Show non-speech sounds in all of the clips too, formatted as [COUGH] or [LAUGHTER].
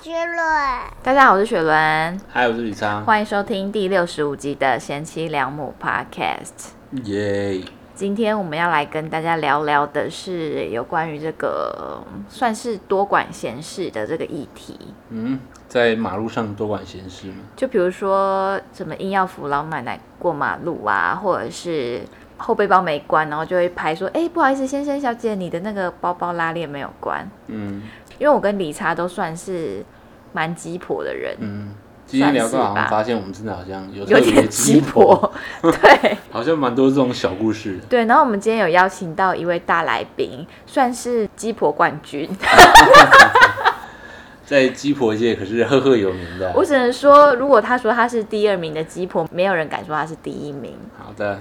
居论。大家好，我是雪伦，还有是李昌，欢迎收听第六十五集的贤妻良母 Podcast。耶！今天我们要来跟大家聊聊的是有关于这个嗯算是多管闲事的这个议题。嗯，在马路上多管闲事吗？就比如说什么硬要扶老奶奶过马路啊，或者是后背包没关，然后就会拍说：“哎、不好意思，先生小姐，你的那个包包拉链没有关。嗯”因为我跟理查都算是蛮鸡婆的人，嗯，今天聊算是到好吧像发现我们真的好像有有特别点鸡婆， [LAUGHS] 对。好像蛮多这种小故事的。对，然后我们今天有邀请到一位大来宾，算是鸡婆冠军。 [LAUGHS] 在鸡婆界可是赫赫有名的。哦我只能说，如果他说他是第二名的鸡婆，没有人敢说他是第一名。好的，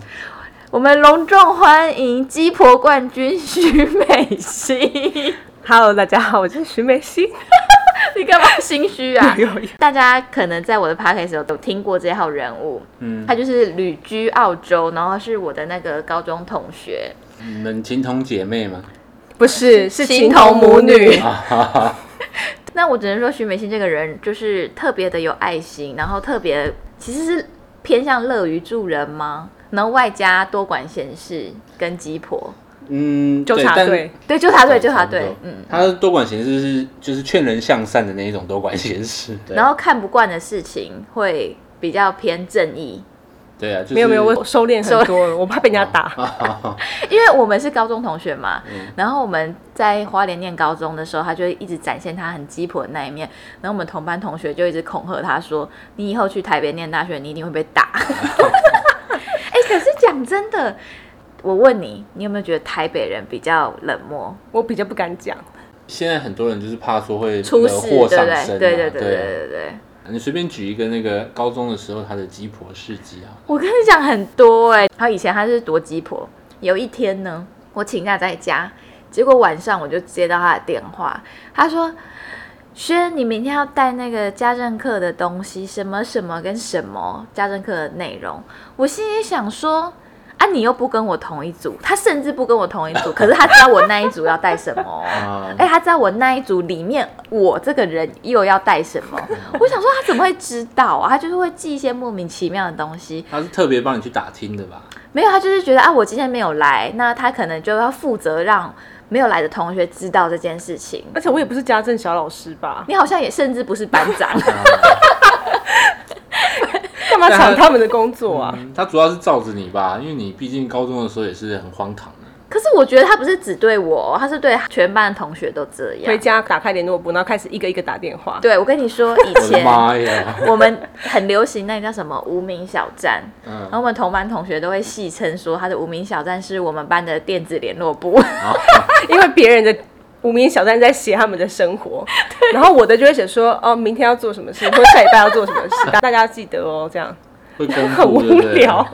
我们隆重欢迎鸡婆冠军徐美心。 Hello，大家好，我是徐美熙。 [LAUGHS] 你干嘛心虚啊？ [LAUGHS] 有有大家可能在我的 podcast 有有听过这号人物，嗯他，就是旅居澳洲，然后是我的那个高中同学，你们情同姐妹吗？不是是啊情情同同母母女女，啊哈哈，那我只能说徐美心这个人就是特别的有爱心，然后特别其实是偏向乐于助人吗？然后外加多管闲事跟鸡婆，嗯， [LAUGHS] 纠察队，对，纠察队，但纠察哦差不多队，嗯。他多管闲事是就是劝人向善的那一种多管闲事。对然后看不惯的事情会比较偏正义，对啊，就是没有没有，我收敛很多了，我怕被人家啊打。因为我们是高中同学嘛。嗯然后我们在花莲念高中的时候，他就会一直展现他很鸡婆的那一面。然后我们同班同学就一直恐吓他说：“你以后去台北念大学，你一定会被 [LAUGHS] 打。”哎、可是讲真的，我问你，你有没有觉得台北人比较冷漠？我比较不敢讲，现在很多人就是怕说会出惹事，对祸不上对？身啊。对对对对啊对对。你随便举一个那个高中的时候他的鸡婆事迹啊，我跟你讲很多哎、欸，还有以前他是多鸡婆。有一天呢，我请假在家，结果晚上我就接到他的电话，他说：“轩，你明天要带那个家政课的东西，什么什么跟什么家政课的内容。”我心里想说：“啊，你又不跟我同一组，他甚至不跟我同一组，可是他知道我那一组要带什么哦。啊哎、他知道我那一组里面我这个人又要带什么，我想说他怎么会知道啊？他就是会记一些莫名其妙的东西。他是特别帮你去打听的吧？没有，他就是觉得啊，我今天没有来，那他可能就要负责让没有来的同学知道这件事情。而且我也不是家政小老师吧？你好像也甚至不是班 [LAUGHS] 长，啊干啊嘛抢他们的工作啊？嗯他主要是罩着你吧，因为你毕竟高中的时候也是很荒唐的。可是我觉得他不是只对我，他是对全班的同学都这回样。家打开联络簿，然后开始一个一个打电话。对，我跟你说，以我的前妈呀！ [LAUGHS] 我们很流行那个叫什么无名小站，然后嗯，我们同班同学都会戏称说他的无名小站是我们班的电子联络部。因为别人的无名小站在写他们的生活， [LAUGHS] 然后我的就会写说哦，明天要做什么事，或者下礼拜要做什么 [LAUGHS] 事，大家要记得哦，这样会公很布无对不对？聊。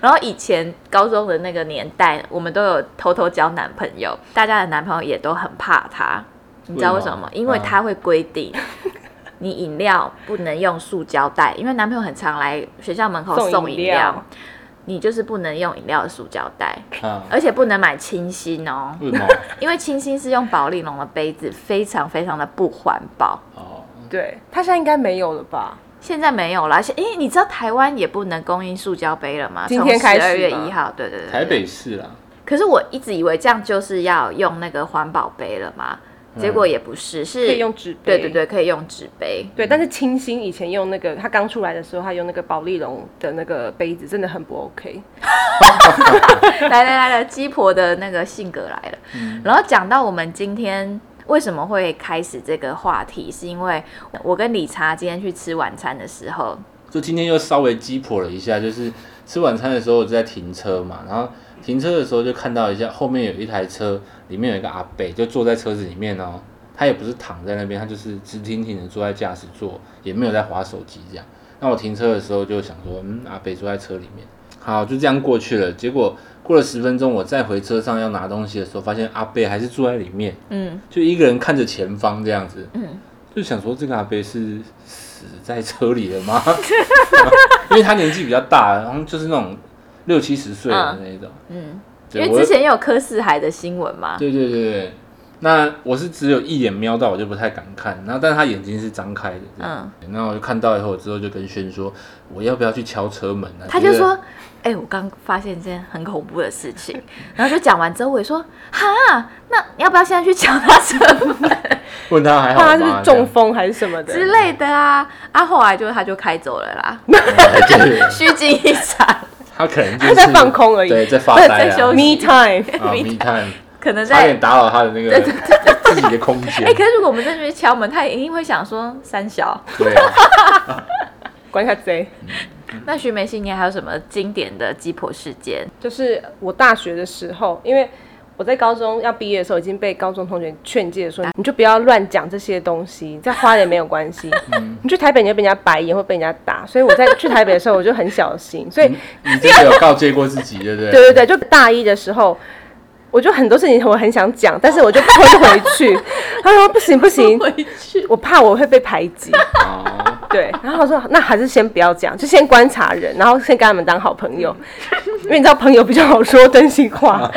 然后以前高中的那个年代，我们都有偷偷交男朋友，大家的男朋友也都很怕他，你知道为什么吗？为什么嗯因为他会规定。你饮料不能用塑胶袋，因为男朋友很常来学校门口送饮送饮料，料你就是不能用饮料的塑胶袋，啊，而且不能买清新哦，为什么？因为清新是用保丽龙的杯子，非常非常的不环保。哦，对他现在应该没有了吧？现在没有了，而且因为你知道台湾也不能供应塑胶杯了吗？今天开始二月吗一号，对对对，对台北市啦，可是我一直以为这样就是要用那个环保杯了嘛，嗯结果也不是，是可以用纸杯嗯对对对，可以用纸杯。 [LAUGHS] 对，但是清新以前用那个，他刚出来的时候，他用那个保丽龙的那个杯子，真的很不 OK。来来来来，鸡婆的那个性格来了。嗯然后讲到我们今天为什么会开始这个话题，是因为我跟理查今天去吃晚餐的时候，就今天又稍微鸡婆了一下，就是吃晚餐的时候我就在停车嘛，然后停车的时候就看到一下后面有一台车，里面有一个阿伯就坐在车子里面哦，他也不是躺在那边，他就是直挺挺的坐在驾驶座，也没有在划手机这样。那我停车的时候就想说，嗯，阿北坐在车里面，好，就这样过去了。结果过了十分钟，我再回车上要拿东西的时候，发现阿贝还是坐在里面，嗯，就一个人看着前方这样子，嗯嗯，就想说这个阿伯是死在车里了吗？ [LAUGHS] 因为他年纪比较大，然后就是那种六七十岁的那一种，嗯对因为我之前也有柯四海的新闻嘛，对对对对，那我是只有一眼瞄到，我就不太敢看。然后，但是他眼睛是张开的，嗯，然后我就看到以后，之后就跟轩说，我要不要去敲车门啊？他就觉得说：“哎、我刚发现一件很恐怖的事情。”然后就讲完之后，我也说：“哈，那你要不要现在去敲他车门问他还好怕吗？哦他是不是中风还是什么的？之类的啊？”啊，后来就他就开走了啦，这样 [LAUGHS] 对虚惊一场，他可能就他是在放空而已对，在发对呆在休啊息。[LAUGHS] Me time，啊，密探可能差在点打扰他的那个自己的空间哎、。可是如果我们真的去敲门，他一定会想说三小。对啊，关一下贼。那徐梅心，你还有什么经典的鸡婆事件？就是我大学的时候，因为我在高中要毕业的时候，已经被高中同学劝诫说，你就不要乱讲这些东西，在花莲没有 [LAUGHS] 关系。嗯你去台北你就被人家白眼，会被人家打。所以我在去台北的时候，我就很小 [LAUGHS] 心。所以，你真的有告诫过自己，对不对？对对对，就大一的时候。我就很多事情我很想讲，但是我就吞回去。他说不行 [LAUGHS] 不行，去我怕我会被排挤。哦 [LAUGHS] 对，然后我说那还是先不要讲，就先观察人，然后先跟他们当好朋友，嗯 [LAUGHS] 因为你知道朋友比较好说真心话。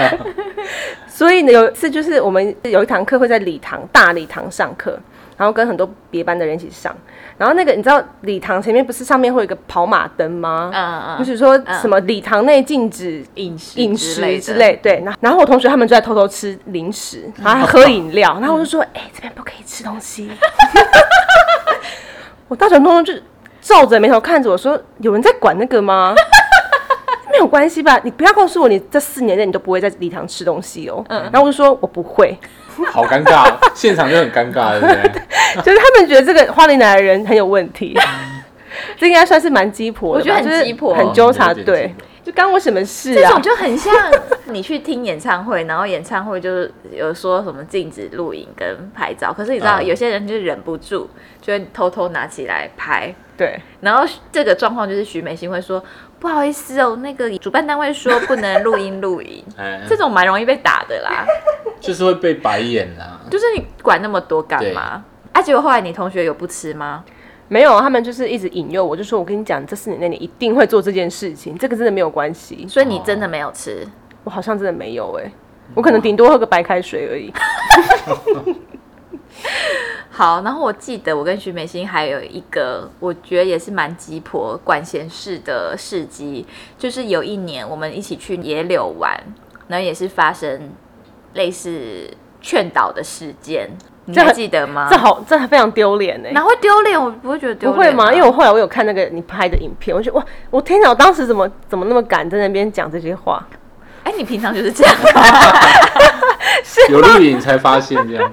[LAUGHS] 所以呢，有一次就是我们有一堂课会在礼堂大礼堂上课，然后跟很多别班的人一起上，然后那个你知道礼堂前面不是上面会有一个跑马灯吗？嗯嗯就是说什么礼堂内禁止饮食饮食之之类类的，对。然后然后我同学他们就在偷偷吃零食，然后还喝 [LAUGHS] 饮料，然后我就说，哎、这边不可以吃东西。 [LAUGHS] 我大小通通就皱着眉头看着我说，有人在管那个吗？ [LAUGHS] 没有关系吧，你不要告诉我你这四年内你都不会在礼堂吃东西哦。嗯然后我就说我不会，好尴尬，哦现场就很尴尬，对不对？就是他们觉得这个花莲来的人很有问题。这应该算是蛮鸡婆我的吧，觉得很就是鸡婆很纠嗯有缠，点对鸡，就干我什么事这啊？种就很像你去听演唱会，然后演唱会就是有说什么禁止录影跟拍照，可是你知道、嗯有些人就是忍不住，就会偷偷拿起来拍。对，然后这个状况就是徐美心会说：“不好意思哦，那个主办单位说不能录音录影。哎”，嗯这种蛮容易被打的 [LAUGHS] 啦，就是会被白眼啊啦。就是你管那么多干嘛？啊，结果后来你同学有不吃吗？没有，他们就是一直引诱我，就说我跟你讲，这四年内你一定会做这件事情，这个真的没有关系。所以你真的没有吃，我好像真的没有哎、我可能顶多喝个白开水而已。好，然后我记得我跟徐美心还有一个，我觉得也是蛮鸡婆管闲事的事迹，就是有一年我们一起去野柳玩，然后也是发生类似劝导的事件，你这还很记得吗这？好，这非常丢脸哎哪。会丢脸？我不会觉得丢不脸、啊会吗？因为我后来我有看那个你拍的影片，我就觉得哇，我天哪！我当时怎么怎么那么敢在那边讲这些话？哎，你平常就是这样。 [LAUGHS] 有录影才发现这样，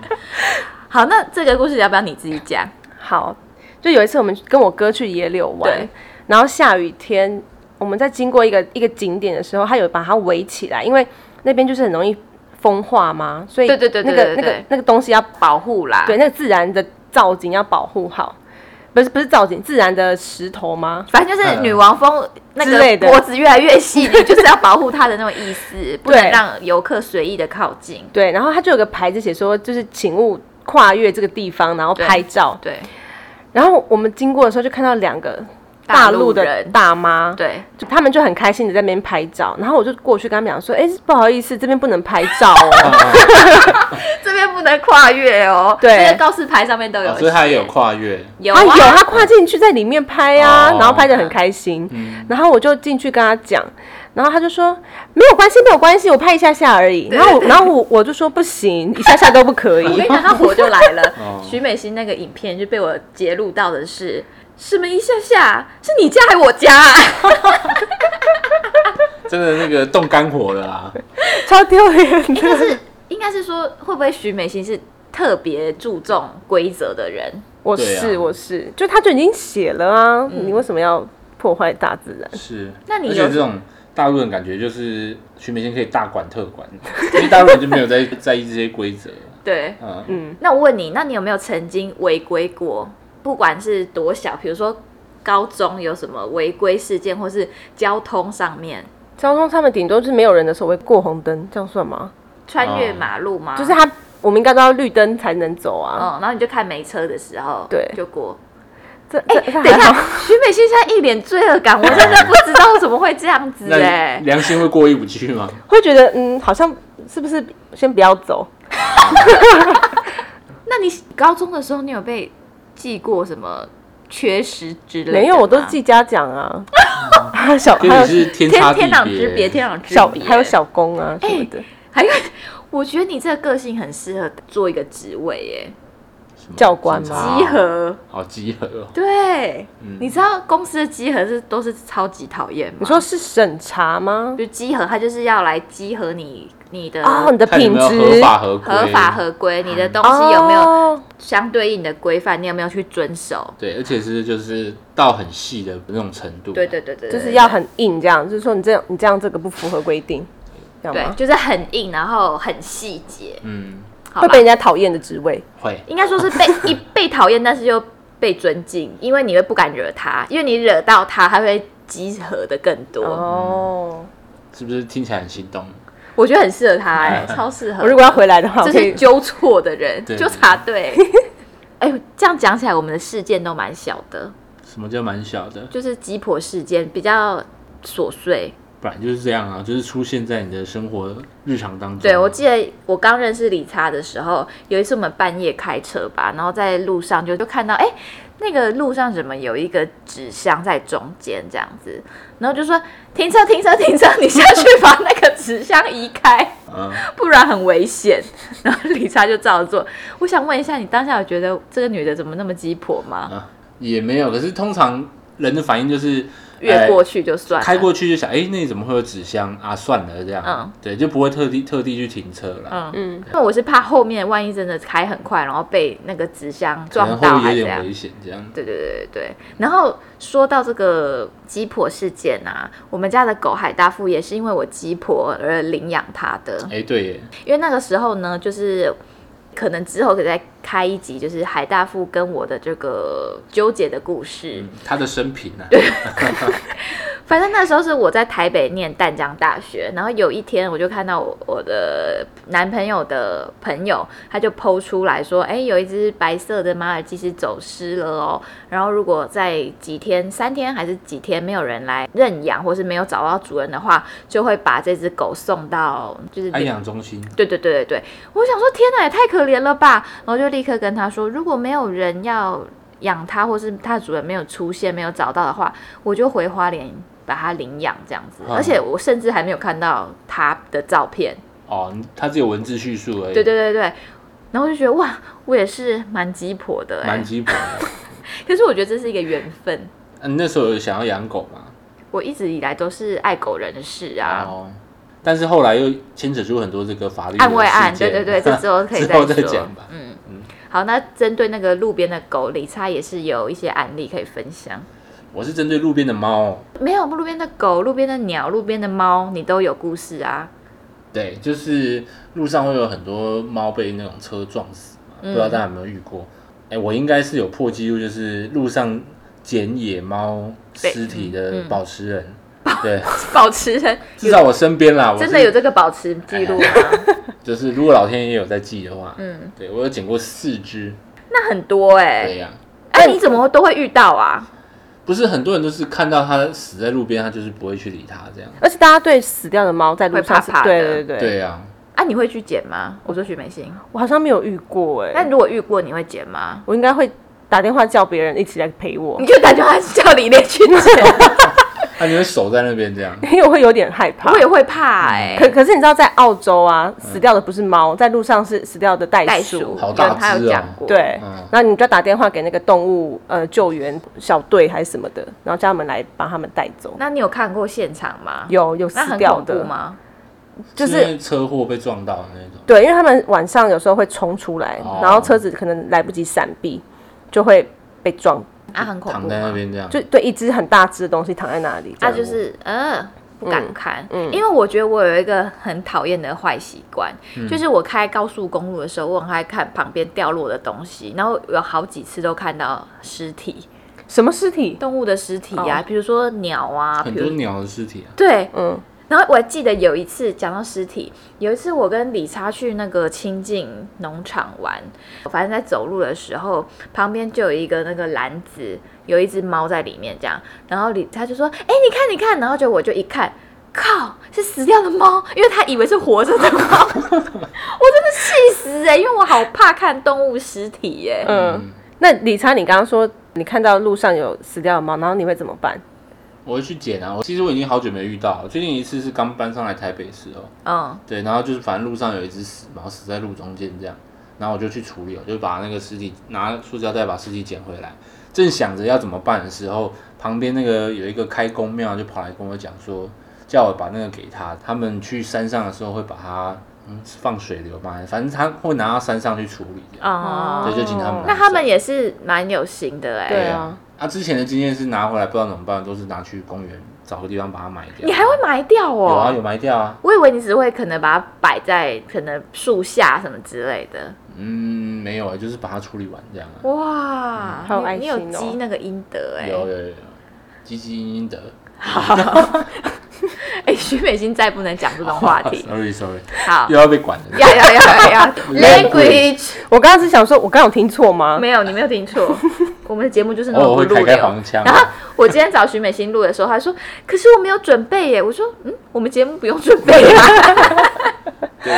好，那这个故事要不要你自己讲？好，就有一次我们跟我哥去野柳玩对，然后下雨天，我们在经过一个一个景点的时候，他有把它围起来，因为那边就是很容易风化嘛，所以对对对那对个对那个对那个东西要保护啦，嗯对，，那个自然的造景要保护好，不是不是造景，自然的石头吗？反正就是女王蜂那之类个的脖子越来越细， [LAUGHS] 你就是要保护它的那种意思，不能对让游客随意的靠近。对，然后它就有个牌子写说，就是请勿跨越这个地方，然后对拍照。对然后我们经过的时候就看到两个大大陆陆的人大妈，对，就他们就很开心的在那边拍照。然后我就过去跟他们讲说，哎，不好意思，这边不能拍照哦。 [LAUGHS] 这边不能跨越哦。对这个告示牌上面都有写、哦所以他也有跨越，有他啊有他跨进去在里面拍啊，哦然后拍的很开心。嗯然后我就进去跟他讲，然后他就说没有关系，没有关系，我拍一下下而已。然后我然后我我就说不行，一下下都不可我跟以你。讲，他火就来了 [LAUGHS] 哦。徐美心那个影片就被我揭露到的是，什么一下下是你家还我家、啊？真的那个动肝火了 [LAUGHS] 啦。超丢哎脸的。应该是说，会不会徐美心是特别注重规则的人？我对啊是、我是，就他就已经写了啊，嗯你为什么要破坏大自然？是，那你而有且这种大陆人感觉就是徐美心可以大管特管，因为大陆人就没 [LAUGHS] 有在在意这些规则。对，嗯，那我问你，那你有没有曾经违规过？不管是多小，比如说高中有什么违规事件，或是交通上面交通上面顶多就是没有人的时候会过红灯，这样算吗？穿越马路吗？嗯嗯就是他，我们应该都要绿灯才能走啊。哦，然后你就看没车的时候，对就过。这哎、这这等一还下好，徐美内心现在一脸罪恶感，我真的不知道怎么会这样子那哎、你良心会过意不去 [LAUGHS] 吗？会觉得嗯，好像是不是先不要走？那你高中的时候，你有被记过什么缺失之类的吗？没有，我都记嘉奖啊，还有 [LAUGHS] 小跟嗯你还有是天差天地天壤之别，别。天壤之小别。哎还有，小工啊什么的。还有，我觉得你这个个性很适合做一个职位耶，什么教官吗警察集合。好集合哦，对，啊嗯你知道公司的集合是都是超级讨厌吗？你说是审查吗？就集合，他就是要来集合你你的哦，你的看有品没有合质法合规，合法合规，你的东西有没有哦，相对应的规范，你有没有去遵守？对，而且是就是到很细的那种程度，啊对对对对，对就是要很硬这样，就是说你这样你这样这个不符合规定，这样对，吗？就是很硬，然后很细节，嗯，好吧会被人家讨厌的职位，会应该说是被 [LAUGHS] 一被讨厌，但是又被尊敬，因为你会不敢惹他，因为你惹到他，他会集合的更多。哦，是不是听起来很心动？我觉得很适合他、哎，超适合。我如果要回来的话，这我可以些纠错的人，对纠察 [LAUGHS] 队。哎、这样讲起来，我们的事件都蛮小的，什么叫蛮小的？就是鸡婆事件比较琐碎。本来就是这样啊，就是出现在你的生活日常当中。对，我记得我刚认识理查的时候，有一次我们半夜开车吧，然后在路上就就看到，哎、那个路上怎么有一个纸箱在中间这样子，然后就说停车停车停车，你下去把那个纸箱移开，嗯，不然很危险。然后理查就照做。我想问一下，你当下有觉得这个女的怎么那么鸡婆吗？也没有。可是通常人的反应就是越过去、去就算了。呃开过去就想，哎、那怎么会有纸箱啊？算了，这样，嗯对，就不会特地特地去停车了。嗯，嗯，因为我是怕后面万一真的开很快，然后被那个纸箱可能撞到，会还有这点样。危险，这样。对对对对对。然后说到这个鸡婆事件啊，我们家的狗海大富也是因为我鸡婆而领养它的，哎、对耶，因为那个时候呢，就是。可能之后可以再开一集，就是海大富跟我的这个纠结的故事。嗯，他的生平啊，反正那时候是我在台北念淡江大学，然后有一天我就看到我我的男朋友的朋友，他就剖出来说，哎、有一只白色的马尔济斯走失了哦。然后如果在几天、三天还是几天没有人来认养，或是没有找到主人的话，就会把这只狗送到就是安养中心，对对对对对，我想说天哪，也太可怜了吧！然后就立刻跟他说，如果没有人要养它，或是它的主人没有出现、没有找到的话，我就回花莲把它领养这样子。嗯而且我甚至还没有看到它的照片。哦，他只有文字叙述而已，对对对对，然后我就觉得哇，我也是蛮鸡婆的哎、蛮鸡婆的。可是我觉得这是一个缘分，嗯、你那时候有想要养狗吗？我一直以来都是爱狗人士啊。哦，但是后来又牵扯出很多这个法律的案外案，事对件对对，这之后可以 [LAUGHS] 之后再再说。讲吧。嗯嗯，好，那针对那个路边的狗，理查也是有一些案例可以分享。我是针对路边的猫，没有路边的狗、路边的鸟、路边的猫，你都有故事啊。对，就是路上会有很多猫被那种车撞死嘛，嗯不知道大家有没有遇过？哎、我应该是有破纪录，就是路上捡野猫尸体的嗯保持人， [LAUGHS] 对，保持人至少我身边啦，我真是哎的有这个保持记录吗？就是如果老天爷有在记的话，嗯，对我有捡过四只，那很多哎、对呀、哎、你怎么都会遇到啊？不是很多人都是看到它死在路边，他就是不会去理它这样，而且大家对死掉的猫在路上是会怕怕的对对对，对呀、啊，你会去捡吗？我说许美心，我好像没有遇过哎、那如果遇过，你会捡吗？我应该会打电话叫别人一起来陪我 [LAUGHS] 你，就打电话叫李烈去 [LAUGHS] 捡，它就会守在那边这样，因为我会有点害怕我。也会怕哎、嗯嗯可可是你知道，在澳洲啊，死掉的不是猫，在路上是死掉的袋袋鼠。鼠，好大有他只有哦讲过，对，嗯然后你就打电话给那个动物呃救援小队还是什么的，然后叫他们来把他们带走。那你有看过现场吗？有有那死很掉恐怖的？吗？就是因为车祸被撞到的那种，对，因为他们晚上有时候会冲出来，哦然后车子可能来不及闪避，就会被撞。啊，很恐躺怖在那吗？边这样，就对，一只很大只的东西躺在那里。这啊，样就是呃不敢看，嗯嗯因为我觉得我有一个很讨厌的坏习惯，嗯就是我开高速公路的时候，我很爱看旁边掉落的东西，然后有好几次都看到尸体，什么尸体？动物的尸体啊，哦比如说鸟啊，很比多如鸟的尸体啊，对，嗯，然后我还记得有一次讲到尸体，有一次我跟李莎去那个清境农场玩，反正在走路的时候，旁边就有一个那个篮子，有一只猫在里面这样，然后李他就说：“哎、你看，你看。”然后就我就一看。靠，是死掉的猫，因为他以为是活着的猫，我真的气死哎、因为我好怕看动物尸体哎耶、 [LAUGHS] 嗯，那理查，你刚刚说你看到路上有死掉的猫，然后你会怎么办？我会去捡啊。我其实我已经好久没遇到了，最近一次是刚搬上来台北时候，嗯，对，然后就是反正路上有一只死猫死在路中间这样，然后我就去处理了，就把那个尸体拿塑胶袋把尸体捡回来。正想着要怎么办的时候，旁边那个有一个开公庙就跑来跟我讲说，叫我把那个给他，他们去山上的时候会把它嗯是放水流嘛，反正他会拿到山上去处理这样。哦、嗯对，就请他们拿走。那他们也是蛮有心的哎、对啊啊，之前的经验是拿回来不知道怎么办，都是拿去公园找个地方把它埋掉。你还会埋掉有啊，哦？有埋掉啊。我以为你只会可能把它摆在可能树下什么之类的。嗯，没有啊，就是把它处理完这样啊。哇，好有爱你你心有哦积那个阴德哎、有有有有，积积阴阴德。 [LAUGHS] 哎、徐美心再不能讲这种话 [LAUGHS] 题。 sorry sorry，好，又要被管了。要要要 [LAUGHS] 要 language，我刚刚是想说，我刚刚有听错吗？ [LAUGHS] 没有你没有听 [LAUGHS] 错，我们的节目就是那哦，么我不会入开开流。黄腔啊。然后我今天找徐美心录的时候，她说：“可是我没有准备耶。”我说：“嗯，我们节目不用准备 [LAUGHS] 啊。对，”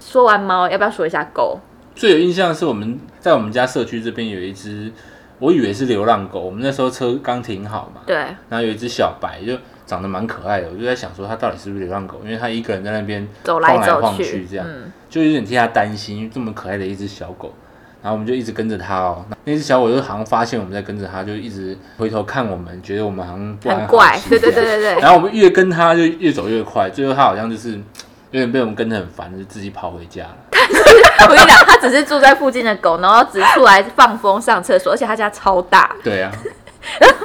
说完猫，要不要说一下狗？最有印象的是我们在我们家社区这边有一只，我以为是流浪狗，我们那时候车刚停好嘛，对，然后有一只小白就。长得蛮可爱的，我就在想说它到底是不是流浪狗，因为它一个人在那边走来走晃去，这样，嗯，就有点替它担心，因为这么可爱的一只小狗，然后我们就一直跟着它哦。那只小狗就好像发现我们在跟着它，就一直回头看我们，觉得我们好像不安很好怪心，对对这对样对对。然后我们越跟它就越走越快，最后它好像就是有点被我们跟得很烦，就自己跑回家了。 [LAUGHS] 我跟你讲，他只是住在附近的狗，然后只出来放风、上厕所，而且他家超大，对 [LAUGHS] 啊，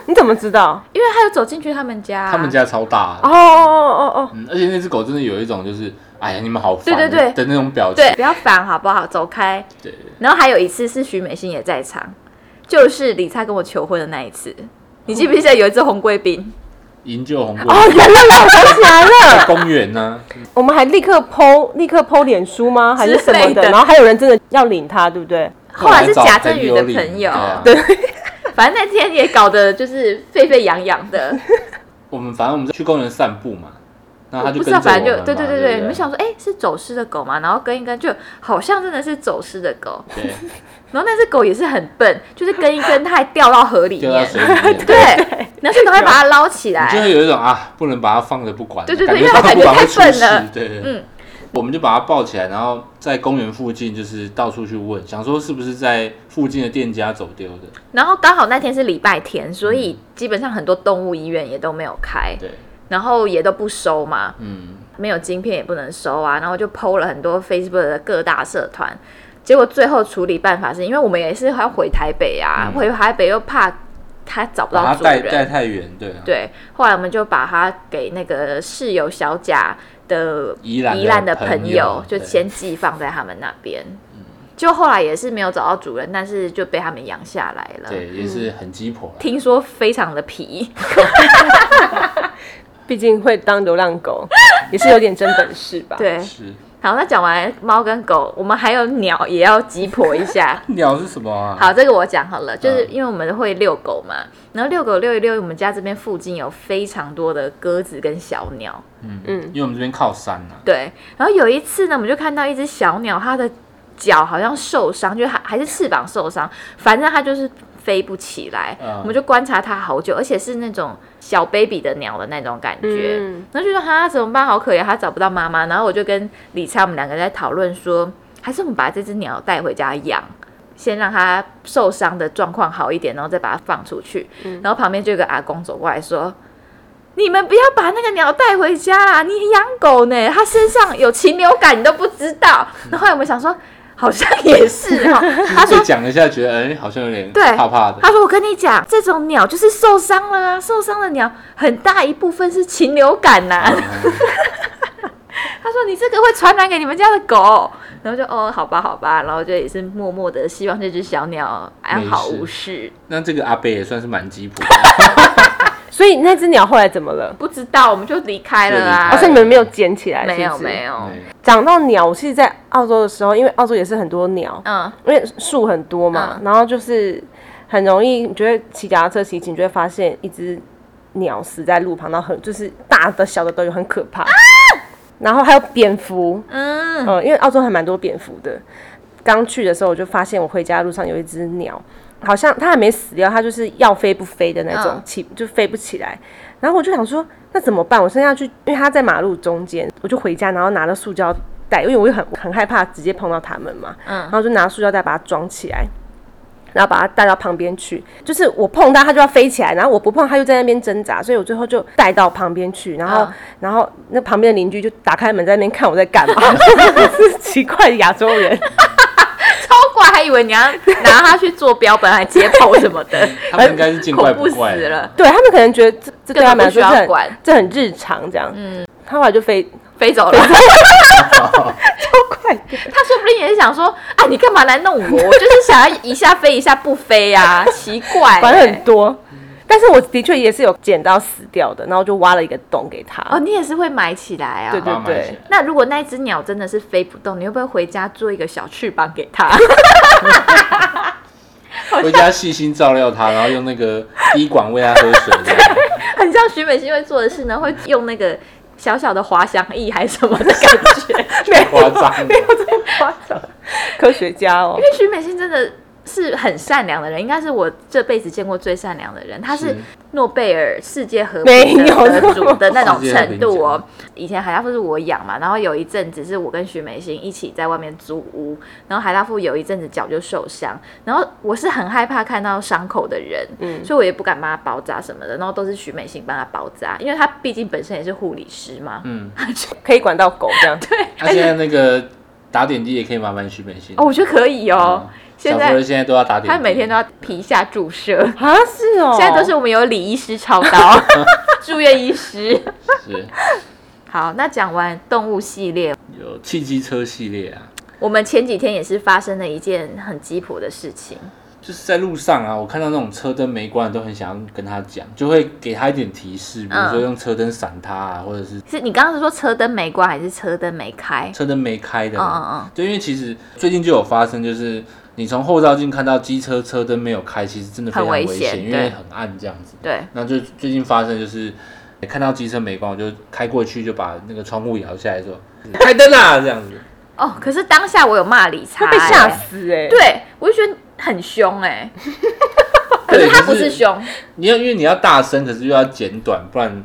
你怎么知道？因为他有走进去他们家，啊他们家超大的哦哦哦哦嗯，而且那只狗真的有一种就是哎呀你们好烦，对对对的那种表情对，。不要烦好不好？走开。对，然后还有一次是徐美心也在场，就是李灿跟我求婚的那一次。你记不记得有一只红贵宾？营救红哦过哦，原来我想起来 [LAUGHS] 了，在公园呢、我们还立刻剖立刻剖脸书吗？还是什之么类的？的然后还有人真的要领他，对不对？后来是贾振宇的找朋友对啊，对反正那天也搞得就是沸沸扬扬的，我们反正我们去公园散步嘛，然后我他就不知跟着道，我们反正就嘛对对对对不对，你们想说，哎、是走失的狗吗？然后跟一跟，就好像真的是走失的狗。 [LAUGHS] 对，然后那只狗也是很笨，就是跟一跟，它还掉到河里丢到面，水里面，对，然后就赶快把它捞起你就来。会有一种啊，不能把它放着不管，对对对感觉 [LAUGHS] 放着不管会出因为它感事觉太笨了对对，嗯嗯，我们就把它抱起来，然后在公园附近就是到处去问，想说是不是在附近的店家走丢的，然后刚好那天是礼拜天，所嗯以基本上很多动物医院也都没有开，对，然后也都不收嘛，嗯，没有晶片也不能收啊。然后就 PO 了很多 Facebook 的各大社团，结果最后处理办法是因为我们也是要回台北啊，嗯回台北又怕它找不把到它主带带人，太远，对啊，对，后来我们就把它给那个室友小贾的宜兰宜兰的朋朋友，就对先寄放在他们那边。就后来也是没有找到主人，但是就被他们养下来了。对，也是很鸡婆啊啦。听说非常的皮，毕竟会当流浪狗，也是有点真本事吧？，对。是好，那讲完猫跟狗，我们还有鸟也要鸡婆一下。 [LAUGHS] 鸟是什么啊？好，这个我讲好了，就是嗯因为我们会遛狗嘛，然后遛狗遛一遛，我们家这边附近有非常多的鸽子跟小鸟，嗯因为我们这边靠山啊呐、对。然后有一次呢，我们就看到一只小鸟，它的脚好像受伤，就是还还是翅膀受伤，反正它就是飞不起来。嗯我们就观察它好久，而且是那种小 baby 的鸟的那种感觉。嗯，然后就说哈怎么办？好可怜，它找不到妈妈。然后我就跟李灿我们两个在讨论说，还是我们把这只鸟带回家养，先让它受伤的状况好一点，然后再把它放出去。然后旁边就有个阿公走过来说。你们不要把那个鸟带回家啦！你养狗呢，它身上有禽流感，你都不知道。然后后来我们想说，好像也是哦。他说就讲了一下，觉得哎、好像有点对怕怕的。他说：“我跟你讲，这种鸟就是受伤了啊，受伤的鸟很大一部分是禽流感啊呐、嗯他说：“你这个会传染给你们家的狗。”然后就哦，好吧，好吧，然后就也是默默的希哎望这只小鸟安好无事。 [LAUGHS] 那这个阿贝也算是蛮鸡婆的，所以那只鸟后来怎么了？不知道，我们就离开了就离啦开好。像你们没有捡起来，哎没有是不是没有，对讲到鸟，我其实，在澳洲的时候，因为澳洲也是很多鸟，嗯，因为树很多嘛，然后就是很容易，你就会骑脚踏车骑行，你就会发现一只鸟死在路旁，然后很就是大的小的都有，很可怕。然后还有蝙蝠，嗯、因为澳洲还蛮多蝙蝠的。刚去的时候我就发现，我回家的路上有一只鸟，好像它还没死掉，它就是要飞不飞的那种嗯，起就飞不起来。然后我就想说，那怎么办？我现在要去，因为它在马路中间，我就回家，然后拿了塑胶袋，因为我又很很害怕直接碰到它们嘛，嗯然后就拿塑胶袋把它装起来。然后把它带到旁边去，就是我碰它，它就要飞起来，然后我不碰它又在那边挣扎，所以我最后就带到旁边去，然后、嗯然后那旁边的邻居就打开门在那边看我在干嘛， [LAUGHS] 是奇怪的亚洲人，超怪，还以为你要拿它去做标本，还解剖什么的，他们应该是见怪恐不怖死怪啊的了，对他们可能觉得这这对根他本们不需来说这要很管，这很日常这样，嗯，他后来就飞飞走了飞。走 [LAUGHS] 快！他说不定也是想说，啊，你干嘛来弄我？我就是想要一下飞一下不飞呀、奇怪、反正很欸。多。但是我的确也是有捡到死掉的，然后就挖了一个洞给他。哦，你也是会埋起来啊、对对把它埋起来那如果那一只鸟真的是飞不动，你会不会回家做一个小翅膀给它？回家细心照料它，然后用那个滴管喂它喝水这 [LAUGHS] 样。很像徐美心会做的事呢，会用那个小小的滑翔翼还是什么的感 [LAUGHS] 觉。没有夸张没有这么夸张， [LAUGHS] 科学家哦因，为徐美心真的是很善良的人，应该是我这辈子见过最善良的人。她是是诺贝尔世界和没平有的得主的那种世界和程平度哦奖。以前海大富是我养嘛，然后有一阵子是我跟徐美心一起在外面租屋，然后海大富有一阵子脚就受伤，然后我是很害怕看到伤口的人，嗯所以我也不敢帮他包扎什么的，然后都是徐美心帮他包扎，因为她毕竟本身也是护理师嘛。嗯，可以管到狗 [LAUGHS] 这样。那、现在那个打点滴也可以麻烦徐美心嗯哦，我觉得可以哦，嗯现小在佛人现在都要打点滴，她每天都要皮下注射。啊，是哦，现在都是我们有李医师操刀， [LAUGHS] 住院医师。是好，那讲完动物系列，有汽机车系列啊，我们前几天也是发生了一件很鸡婆的事情。就是在路上啊，我看到那种车灯没关的，都很想要跟他讲，就会给他一点提示，比如嗯说用车灯闪他啊，或者是是你刚刚是说车灯没关还是车灯没开？车灯没开的。嗯嗯对，因为其实最近就有发生，就是你从后照镜看到机车车灯没有开，其实真的非常很危危险因对为很暗这样子嗯，。对，那就最近发生就是。看到机车没关，我就开过去，就把那个窗户摇下来说：“开灯啦！”这样子，哦，可是当下我有骂理查、欸，会被吓死哎、欸。对，我就觉得很凶哎、可对是他可不是凶，你要因为你要大声，可是又要简短，不然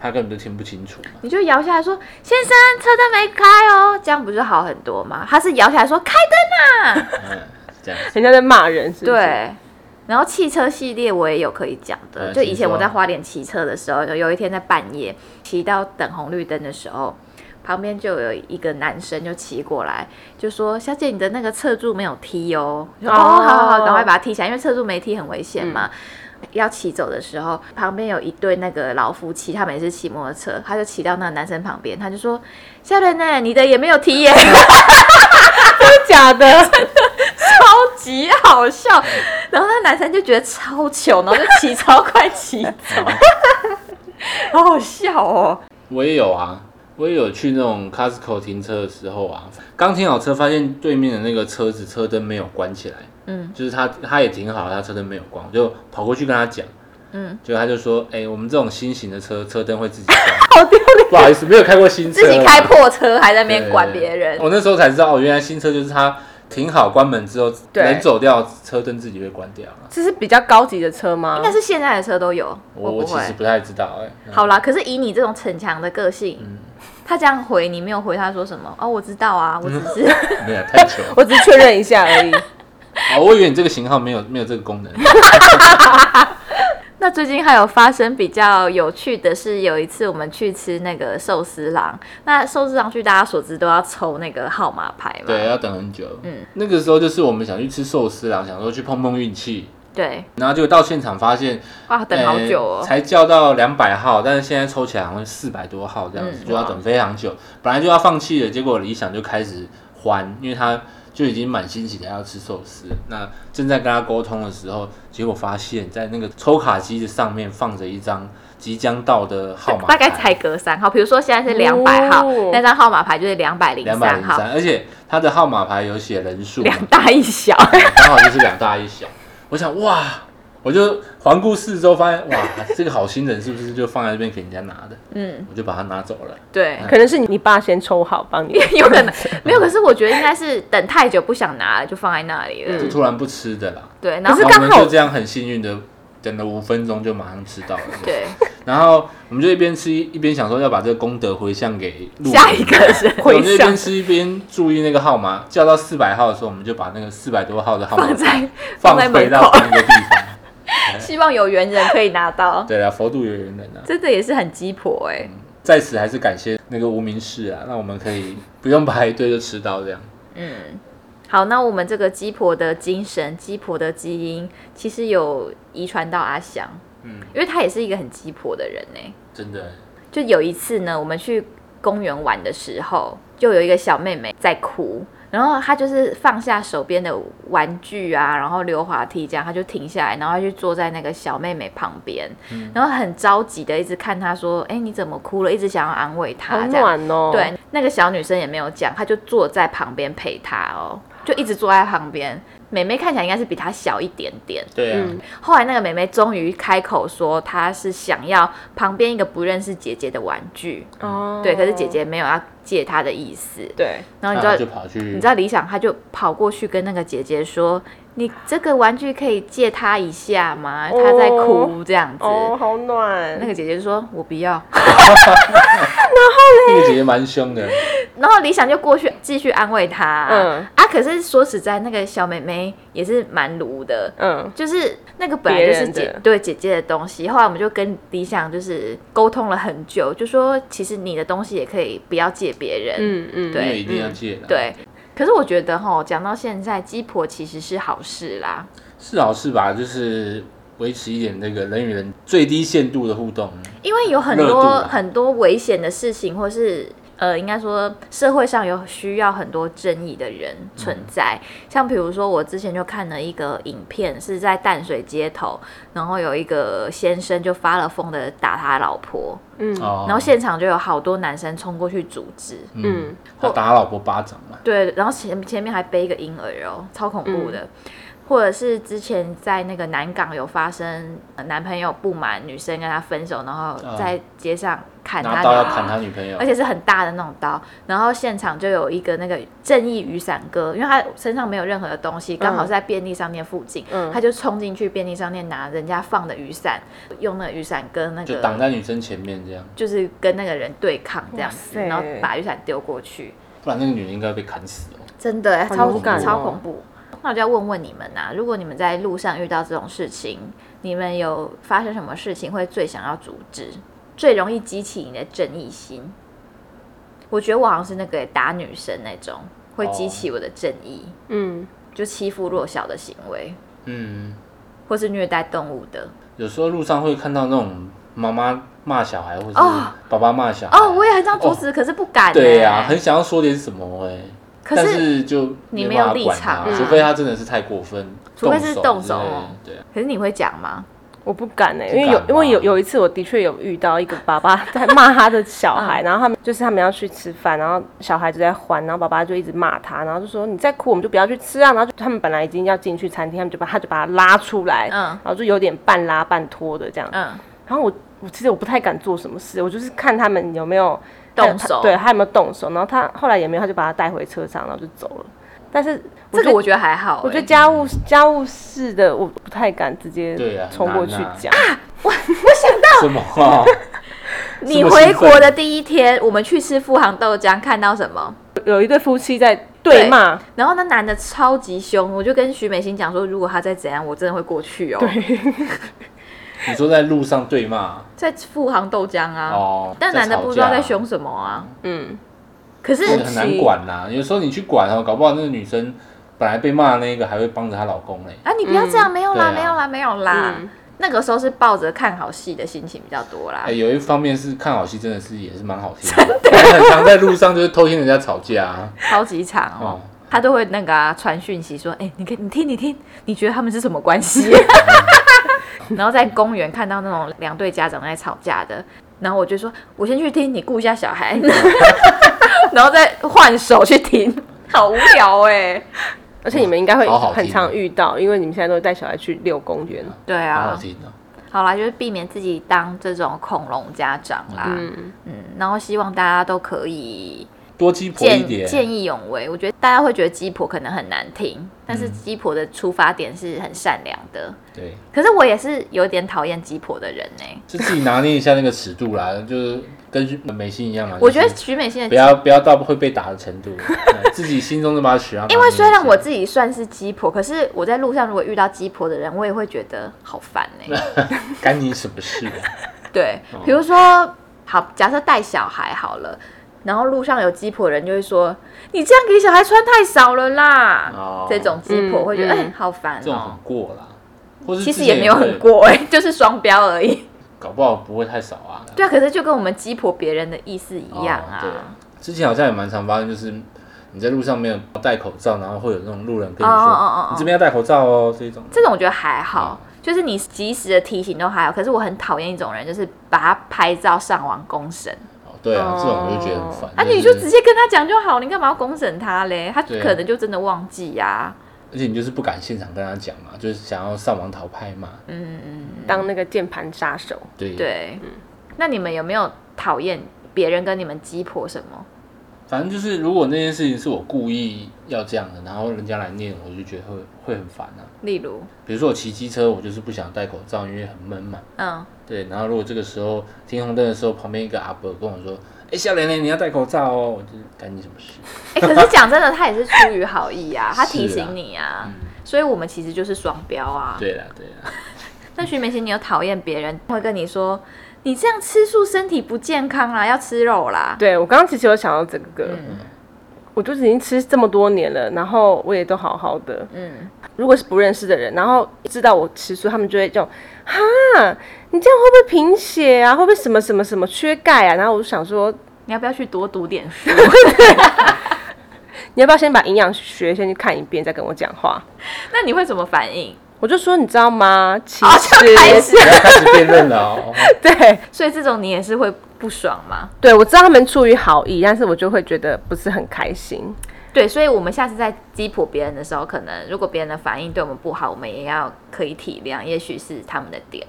他根本就听不清楚嘛。你就摇下来说：“先生，车灯没开哦。”这样不就好很多吗？他是摇下来说：“开灯啊！”嗯，这样。人家在骂人是不是？，对，然后汽车系列我也有可以讲的，呃就请以前我说在花莲骑车的时候，有有一天在半夜骑到等红绿灯的时候，旁边就有一个男生就骑过来，就说：“小姐，你的那个侧柱没有踢哦。”我说：“哦，好好好，赶快把它踢起来，因为侧柱没踢很危险嘛。要骑走的时候，旁边有一对那个老夫妻，他们也是骑摩托车，他就骑到那个男生旁边，他就说：“小人呢，你的也没有踢耶。”真的假的？超级好笑。然后那男生就觉得超糗，然后就骑超快骑 [LAUGHS] 走， [LAUGHS] 啊好好笑哦。我也有啊，我也有去那种 Costco 停车的时候啊，刚停好车，发现对面的那个车子车灯没有关起来，嗯，就是他他也停好，他车灯没有关，我就跑过去跟他讲，嗯，结果他就说，哎、我们这种新型的车车灯会自 [LAUGHS] 己关，好丢脸，不好意思，没有开过新车，自己开破车还在那对边管别人，我那时候才知道，哦，原来新车就是他停好关门之后，对人走掉，车灯自己会关掉啊这是比较高级的车吗？应该是现在的车都有，我不我其实会。不太知道、哎，嗯好啦，可是以你这种逞强的个性，他这样回你没有回他说什么哦，我知道嗯啊，我只是、 [LAUGHS] 没有太久了。我只是确认一下而已。哦，我以为你这个型号没有没有这个功能。那最近还有发生比较有趣的是，有一次我们去吃那个寿司郎，那寿司郎据大家所知都要抽那个号码牌嘛，对，要等很久。嗯，那个时候就是我们想去吃寿司啦，想说去碰碰运气，对，然后结果到现场发现，哇，等好呃久哦，才叫到两百号，但是现在抽起来好像四百多号这样子，嗯就要等非常久。本来就要放弃了，结果理想就开始还，因为他就已经满心期待要吃寿司。那正在跟他沟通的时候，结果发现，在那个抽卡机的上面放着一张即将到的号码大牌，概才隔三号。比如说现在是两百号，哦那张号码牌就是两百零两百三零号，三，而且他的号码牌有写人数嘛，两大一小。 [LAUGHS] 刚好就是两大一小。我想哇，我就环顾四周，发现哇，这个好心人是不是就放在这边给人家拿的？嗯，我就把它拿走了。 [LAUGHS] 对，，可能是你爸先抽好帮你 [LAUGHS] 有 [LAUGHS] 可能没有。可是我觉得应该是等太久不想拿了，就放在那里了。就突然不吃的啦。对，然可后是然后我们刚好就这样很幸运的等了五分钟，就马上吃到了。 [LAUGHS] 对然后我们就一边吃一边想说要把这个功德回向给路人下一 [LAUGHS] 个人我们就一回向边吃一边注意那个号码，叫到四百号的时候，我们就把那个四百多号的号码放在放放在回门到口，同一个地 [LAUGHS] 方。希望有缘人可以拿到。对啊，佛度有缘人啊。真的也是很鸡婆哎、在此还是感谢那个无名氏啊，让我们可以不用排队就吃到这样。嗯，好，那我们这个鸡婆的精神、鸡婆的基因，其实有遗传到阿翔，嗯，因为他也是一个很鸡婆的人欸呢、真的，就有一次呢，我们去公园玩的时候，就有一个小妹妹在哭，然后她就是放下手边的玩具啊，然后溜滑梯这样，她就停下来，然后她就坐在那个小妹妹旁边，嗯然后很着急的一直看她说：“哎，你怎么哭了？”一直想要安慰好她这样。暖哦。，对，那个小女生也没有讲，她就坐在旁边陪她哦，就一直坐在旁边。妹妹看起来应该是比她小一点点，对啊，嗯后来那个妹妹终于开口说，她是想要旁边一个不认识姐姐的玩具，哦对，可是姐姐没有要借她的意思。对，然后你知那道啊他，就跑去，你知道李想他就跑过去跟那个姐姐说：“你这个玩具可以借她一下吗？哦她在哭这样子。哦，好暖。那个姐姐就说：“我不要。那个姐姐蛮凶的，”然后李想就过去继续安慰她。嗯啊，可是说实在，那个小妹妹也是蛮鲁的，嗯，就是那个本来就是别姐人的对姐姐的东西，后来我们就跟理想就是沟通了很久，就说其实你的东西也可以不要借别人，嗯嗯，因对为一定要借的、，对。可是我觉得哈，讲到现在，鸡婆其实是好事啦，是好是吧？就是维持一点那个人与人最低限度的互动。因为有很热度多、啦很多危险的事情，或是呃，应该说社会上有需要很多正义的人存在。嗯像比如说，我之前就看了一个影片，是在淡水街头，然后有一个先生就发了疯的打他老婆，嗯哦，然后现场就有好多男生冲过去阻止，嗯，嗯，他打老婆巴掌嘛，对，然后前前面还背一个婴儿哦，超恐怖嗯的。或者是之前在那个南港有发生呃男朋友不满女生跟他分手，然后嗯在街上砍他拿的刀要砍他女朋友而，且是很大的那种刀，然后现场就有一个那个正义雨伞哥，因为他身上没有任何的东西，刚好是在便利商店附近，嗯他就冲进去便利商店拿人家放的雨伞，用那个雨伞跟那就个挡在女生前面这样，就是跟那个人对抗这样子，哇塞然后把雨伞丢过去，不然那个女人应该被砍死哦。真的欸好超勇敢哦超恐怖。那我就要问问你们呐、如果你们在路上遇到这种事情，你们有发生什么事情会最想要阻止，最容易激起你的正义心？我觉得我好像是那个欸打女生那种，会激起我的正义，嗯，就欺负弱小的行为，嗯，或是虐待动物的。有时候路上会看到那种妈妈骂小孩，或者哦爸爸骂哎小孩。哦，我也很想阻止，可是不敢、欸。 [LAUGHS] 对 [LAUGHS] 呀、啊很想要说点什么哎、可但是是就你没没有办法立管场他啊除非他真的是太过分，除非是动手手之类的哦对啊，可是你会讲吗？我不敢欸哎、不敢因为有吧因为有有一次我的确有遇到一个爸爸在骂他的小啊孩，然后他们就是他们要去吃饭，然后小孩就在欢，然后爸爸就一直骂他，然后就说你再哭我们就不要去吃啊，然后就他们本来已经要进去餐厅，他们就把他就把他拉出来，嗯然后就有点半拉半拖的这样，嗯，然后我我其实我不太敢做什么事，我就是看他们有没有呃动手对他有没有动手，然后他后来也没有，他就把他带回车上，然后就走了。但是这个我觉得我觉得还好欸、哎我觉得家务家务事的我不太敢直接对啊冲过去很难啊讲，什么啊？ [LAUGHS] 你回国的第一天，我们去吃富航豆浆，看到什么？ [CLEARS THROAT] 有一对夫妻在对骂，然后那男的超级凶，我就跟徐美心讲说，如果他再怎样，我真的会过去哦。你说在路上对骂在富航豆浆啊，哦，但男的吵不知道架在凶什么啊。嗯，可是这个很难管呐、有时候你去管哦，搞不好那个女生本来被骂的那个还会帮着她老公嘞。啊，你不要这样，没有啦，没对啊有啦，没有啦。嗯那个时候是抱着看好戏的心情比较多啦哎、。有一方面是看好戏，真的是也是蛮好听的，我很常在路上就是偷听人家吵架啊。超级惨哦哦，他都会那个、啊、传讯息说，哎、你看你听你听，你觉得他们是什么关 [LAUGHS] 系？然后在公园看到那种两对家长在吵架的，然后我就说，我先去听，你顾一下小孩， [LAUGHS] 然后再换手去听，好无聊哎、而且你们应该会好好听很常遇到，因为你们现在都带小孩去遛公园。对好啊好，听哦。好啦，就是避免自己当这种恐龙家长啦，嗯，嗯，然后希望大家都可以多鸡婆一见点，见义勇为，我觉得大家会觉得鸡婆可能很难听，但嗯是鸡婆的出发点是很善良的。对，可是我也是有点讨厌鸡婆的人呢、就自己拿捏一下那个尺度啦， [LAUGHS] 就是跟美心一样嘛。我觉得就是徐美心不的，要不要到会被打的 [LAUGHS] 程度，嗯自己心中就把它取到。因为虽然我自己算是鸡婆，可是我在路上如果遇到鸡婆的人，我也会觉得好烦呢、 [LAUGHS] 干你什么事啊？ [LAUGHS] 对，哦比如说，好，假设带小孩好了。然后路上有鸡婆的人就会说：“你这样给小孩穿太少了啦！”哦这种鸡婆嗯会觉得哎、嗯好烦这种哦很。过啦，或是其实之也前没有很会，过哎、 [LAUGHS] 就是双标而已。搞不好不会太少啊。对啊，可是就跟我们鸡婆别人的意思一样哦啊。对，之前好像也蛮常发生，就是你在路上没有戴口罩，然后会有那种路人跟哦你说：“哦哦哦哦你这边要戴口罩哦。”这种这种我觉得还好，嗯就是你及时的提醒都还好。可是我很讨厌一种人，就是把他拍照上网公审，哦，对啊，哦这种我就觉得很烦。啊，你就直，接跟他讲就好，你干嘛要公审他嘞？他嗯对可能就真的忘记啊呀、而且你就是不敢现场跟他讲嘛，就是想要上网讨拍嘛。嗯嗯嗯，当那个键盘杀手，对，对。那你们有没有讨厌别人跟你们鸡婆什么？反正就是如果那件事情是我故意要这样的，然后人家来念，我就觉得会会很烦啊。例如，比如说我骑机车，我就是不想戴口罩，因为很闷嘛。嗯，对，然后如果这个时候停红灯的时候，旁边一个阿伯跟我说：“哎、小玲玲，你要戴口罩哦。”我就干你什么事？哎、可是讲真的，他也是出于好意 [LAUGHS] 啊，他提是啊醒你啊，所以我们其实就是双标啊。对啦，对 [LAUGHS] 啦。那徐美心，你有讨厌别人会跟你说你这样吃素身体不健康啦，要吃肉啦？对我刚刚其实有想到这个，嗯我就是已经吃这么多年了，然后我也都好好的。嗯，如果是不认识的人，然后知道我吃素，他们就会这种，哈，你这样会不会贫血啊？会不会什么什么什么缺钙啊？然后我就想说，你要不要去多读点书？ [LAUGHS] 你要不要先把营养学先去看一遍，再跟我讲话？那你会怎么反应？我就说，你知道吗？其哦，就开实，始，不要开始辩论了哦。 [LAUGHS] 对所以这种你也是会不爽吗？对，我知道他们出于好意，但是我就会觉得不是很开心。对，所以我们下次在击破别人的时候，可能如果别人的反应对我们不好，我们也要可以体谅，也许是他们的点。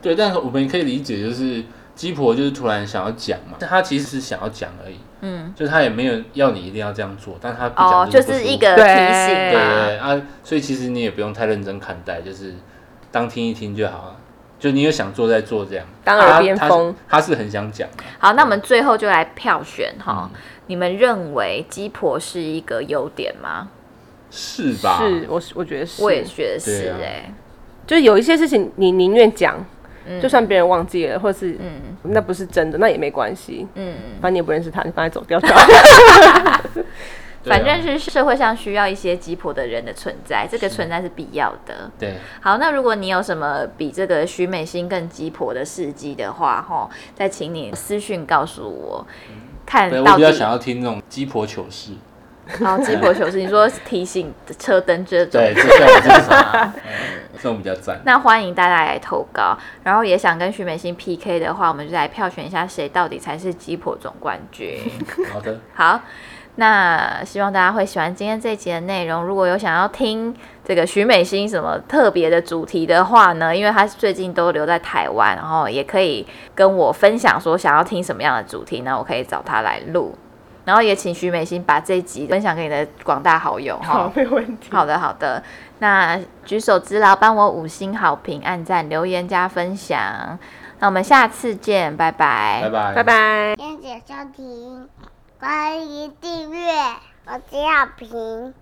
对，但是我们可以理解，就是鸡婆就是突然想要讲嘛，但他其实是想要讲而已，嗯，就是他也没有要你一定要这样做，但他不哦讲，就不舒是服一个提对醒对嘛。对对啊，所以其实你也不用太认真看待，就是当听一听就好了。就你有想做再做这样，当他耳边风他是他是很想讲，好，那我们最后就来票选哈，嗯你们认为鸡婆是一个优点吗？是吧？是，我是我觉得是，我也觉得对是啊哎、就是有一些事情你宁愿讲，嗯就算别人忘记了，或是嗯那不是真的，那也没关系，嗯，反正你也不认识他，你放在走掉就好。对啊反正是社会上需要一些鸡婆的人的存在，这个存在是必要的。对，好，那如果你有什么比这个徐美心更鸡婆的事迹的话，吼，再请你私讯告诉我，看嗯对到我比底 [LAUGHS] 较想要听那种鸡婆糗事，哦鸡婆糗事，你说提醒车灯这种。对，这像我这种啊，嗯这种比较赞。那欢迎大家来投稿，然后也想跟徐美心 PK 的话，我们就来票选一下谁到底才是鸡婆总冠军。 [LAUGHS] 好的，好，那希望大家会喜欢今天这一集的内容。如果有想要听这个徐美心什么特别的主题的话呢，因为她最近都留在台湾，然后也可以跟我分享说想要听什么样的主题呢，我可以找她来录。然后也请徐美心把这一集分享给你的广大好友哈。 [LAUGHS] 没问题。好的，好的。那举手之劳，帮我五星好评、按赞、留言加分享。那我们下次见，拜拜，拜拜，拜。拜。谢谢收听，欢迎订阅，我是小平，